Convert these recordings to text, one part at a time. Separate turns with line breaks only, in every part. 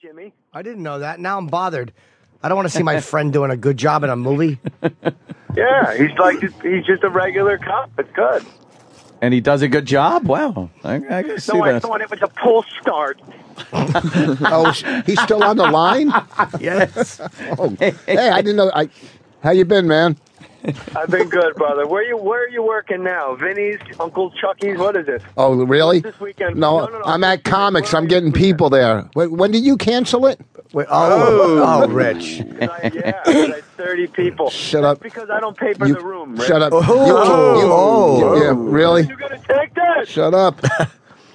Jimmy.
I didn't know that. Now I'm bothered. I don't want to see my friend doing a good job in a movie.
Yeah, he's like he's just a regular cop. It's good.
And he does a good job. Wow, I, I can see
No, I
that.
thought it was a pull start.
Oh, he's still on the line.
Yes.
Oh, hey, I didn't know. I, how you been, man?
I've been good, brother. Where you Where are you working now? Vinny's, Uncle Chucky's. What is it?
Oh, really?
This weekend.
No,
No, no, no.
I'm at comics.
Where
I'm
are you
getting people there. Wait, when did you cancel it?
Wait, oh, oh, Rich.
'Cause I, yeah, 'cause I- thirty people.
Shut
That's
up.
because I don't pay for
You-
the room. Rick.
Shut up.
Oh. Oh.
yeah, really?
You gonna take that?
Shut up.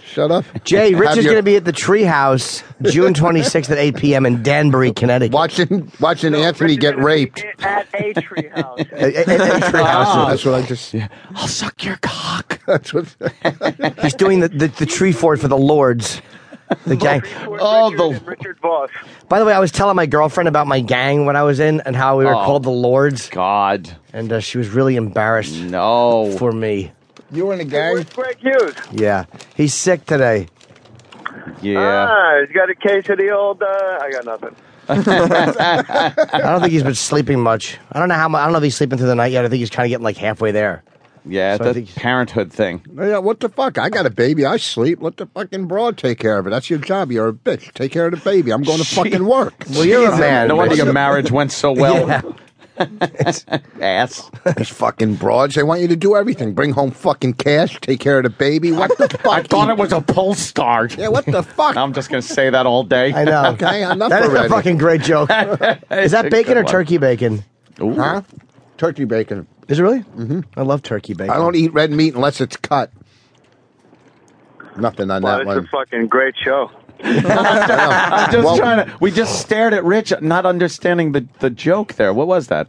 Shut up.
Jay, Rich
Have
is
your-
going to be at the Treehouse June 26th at 8 p.m. in Danbury, Connecticut.
Watching watching Anthony
Richard's
get
gonna be
raped.
at a treehouse.
At- at- at the Treehouse.
That's what I just.
I'll suck your cock.
That's what.
He's doing the, the, the tree fort for the Lords. The gang.
Oh,
Oh,
the-
Richard the Richard Voss.
By the way, I was telling my girlfriend about my gang when I was in and how we were
Oh.
called the Lords,
God,
and uh, she was really embarrassed
no.
for me.
You were in a gang.
Where's Greg Hughes?
Yeah, he's sick today.
Yeah.
Ah, he's got a case of the old. Uh, I got nothing.
I don't think he's been sleeping much. I don't know how much. I don't know if he's sleeping through the night yet. I think he's kind of getting like halfway there.
Yeah,
So I
the
think-
parenthood thing.
Yeah, what the fuck? I got a baby. I sleep. Let the fucking broad take care of it. That's your job. You're a bitch. Take care of the baby. I'm going to fucking work.
Well, you're a man.
No wonder
Rich.
your marriage went so well.
Yeah.
Ass.
These fucking broads. They want you to do everything. Bring home fucking cash. Take care of the baby. What the fuck?
I thought it was a pole star.
Yeah, what the fuck?
I'm just gonna say that all day.
I know.
okay, enough
That is
already.
a fucking great joke. Is that bacon or turkey bacon?
Ooh.
huh? Turkey bacon.
Is it really? Mm-hmm. I love turkey bacon.
I don't eat red meat unless it's cut. Nothing on
Wow,
that
this
one.
is a fucking great show.
I'm just
Well-
trying to. We just stared at Rich, not understanding the, the joke there. What was that?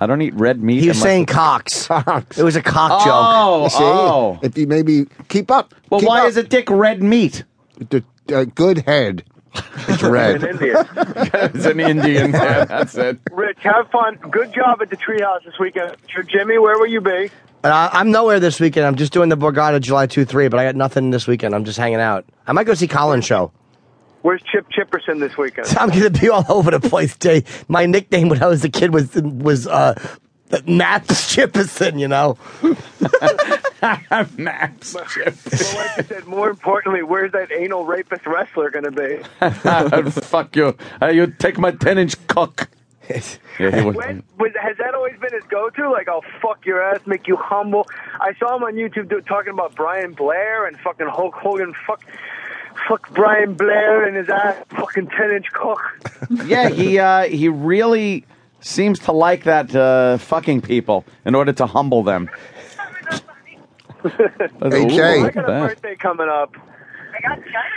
I don't eat red meat.
He was
unless-
saying cocks.
Cocks.
It was a cock joke.
Oh,
You see,
oh.
if you maybe keep up.
Well,
keep
why
up.
is it dick red meat?
The, uh, good head. It's
An
red.
Indian.
It's an Indian man. That's it.
Rich, have fun. Good job at the treehouse this weekend. Sure, Jimmy, where will you be?
And I, I'm nowhere this weekend. I'm just doing the Borgata July 2 3, but I got nothing this weekend. I'm just hanging out. I might go see Colin's show.
Where's Chip Chipperson this weekend?
I'm going to be all over the place today. My nickname when I was a kid was was uh, Naps Chippison, you know?
Maps.
well, like you said, more importantly, where's that anal rapist wrestler going to be?
Fuck you. Uh, you take my 10 inch cock. Yeah, he was-
When was, has that always been his go-to? Like, I'll fuck your ass, make you humble. I saw him on YouTube do, talking about Brian Blair and fucking Hulk Hogan. Fuck, fuck Brian Blair and his ass, fucking ten-inch cock.
yeah, he uh, he really seems to like that uh, fucking people in order to humble them. Ooh,
Hey, Jay.
I
look
got
at
a
that.
birthday coming up.
I got China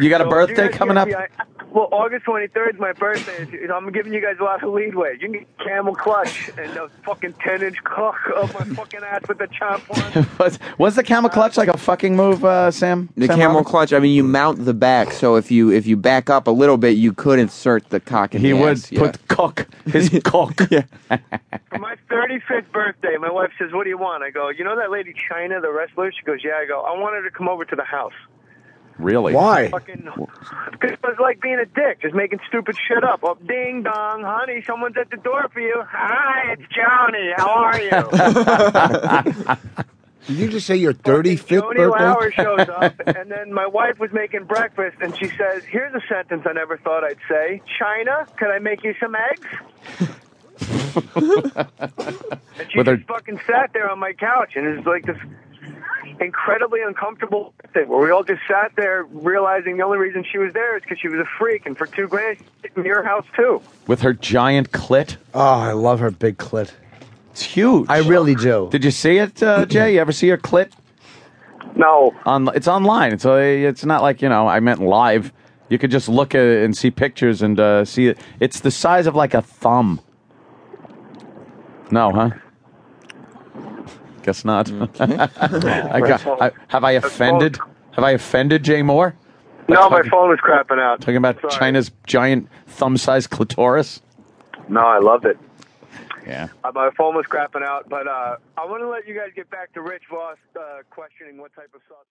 You got a
So,
birthday
you guys
coming up?
give me- I- well, August 23rd is my birthday. It's- I'm giving you guys a lot of leadway. You can get camel clutch and a fucking 10 inch cock up my fucking ass with a chomp on.
Was, was the camel clutch like a fucking move, uh, Sam?
The
Sam
camel
Roberts?
clutch. I mean, you mount the back, so if you if you back up a little bit, you could insert the cock. In
He
the
would
ass, yeah.
put cock, his cock. Yeah.
For my 35th birthday, my wife says, What do you want? I go, You know that lady China, the wrestler? She goes, Yeah. I go, I want her to come over to the house.
Really?
Why?
Fucking. Because it was like being a dick, just making stupid shit up. Oh, ding dong, honey, someone's at the door for you. Hi, it's Johnny. How are you?
Did you just say your 35th
Tony
birthday?
Lauer shows up, and then my wife was making breakfast, and she says, "Here's a sentence I never thought I'd say: China, can I make you some eggs?" and she
With her-
just fucking sat there on my couch, and it's like this incredibly uncomfortable thing where we all just sat there, realizing the only reason she was there is because she was a freak, and for two grand, she's in your house too.
With her giant clit?
Oh, I love her big clit.
It's huge.
I really do.
Did you see it, uh, Jay? You ever see her clit?
No,
On it's online. It's uh, it's not like you know. I meant live. You could just look at it and see pictures and uh, see it. It's the size of like a thumb. No, huh? Guess not. I got, I, have I offended? Have I offended Jay Moore?
no, my phone was crapping out.
Talking about
Sorry.
China's giant thumb-sized clitoris.
No, I loved it.
Yeah.
Uh, my phone was crapping out, but uh, I want to let you guys get back to Rich Voss uh, questioning what type of sausage.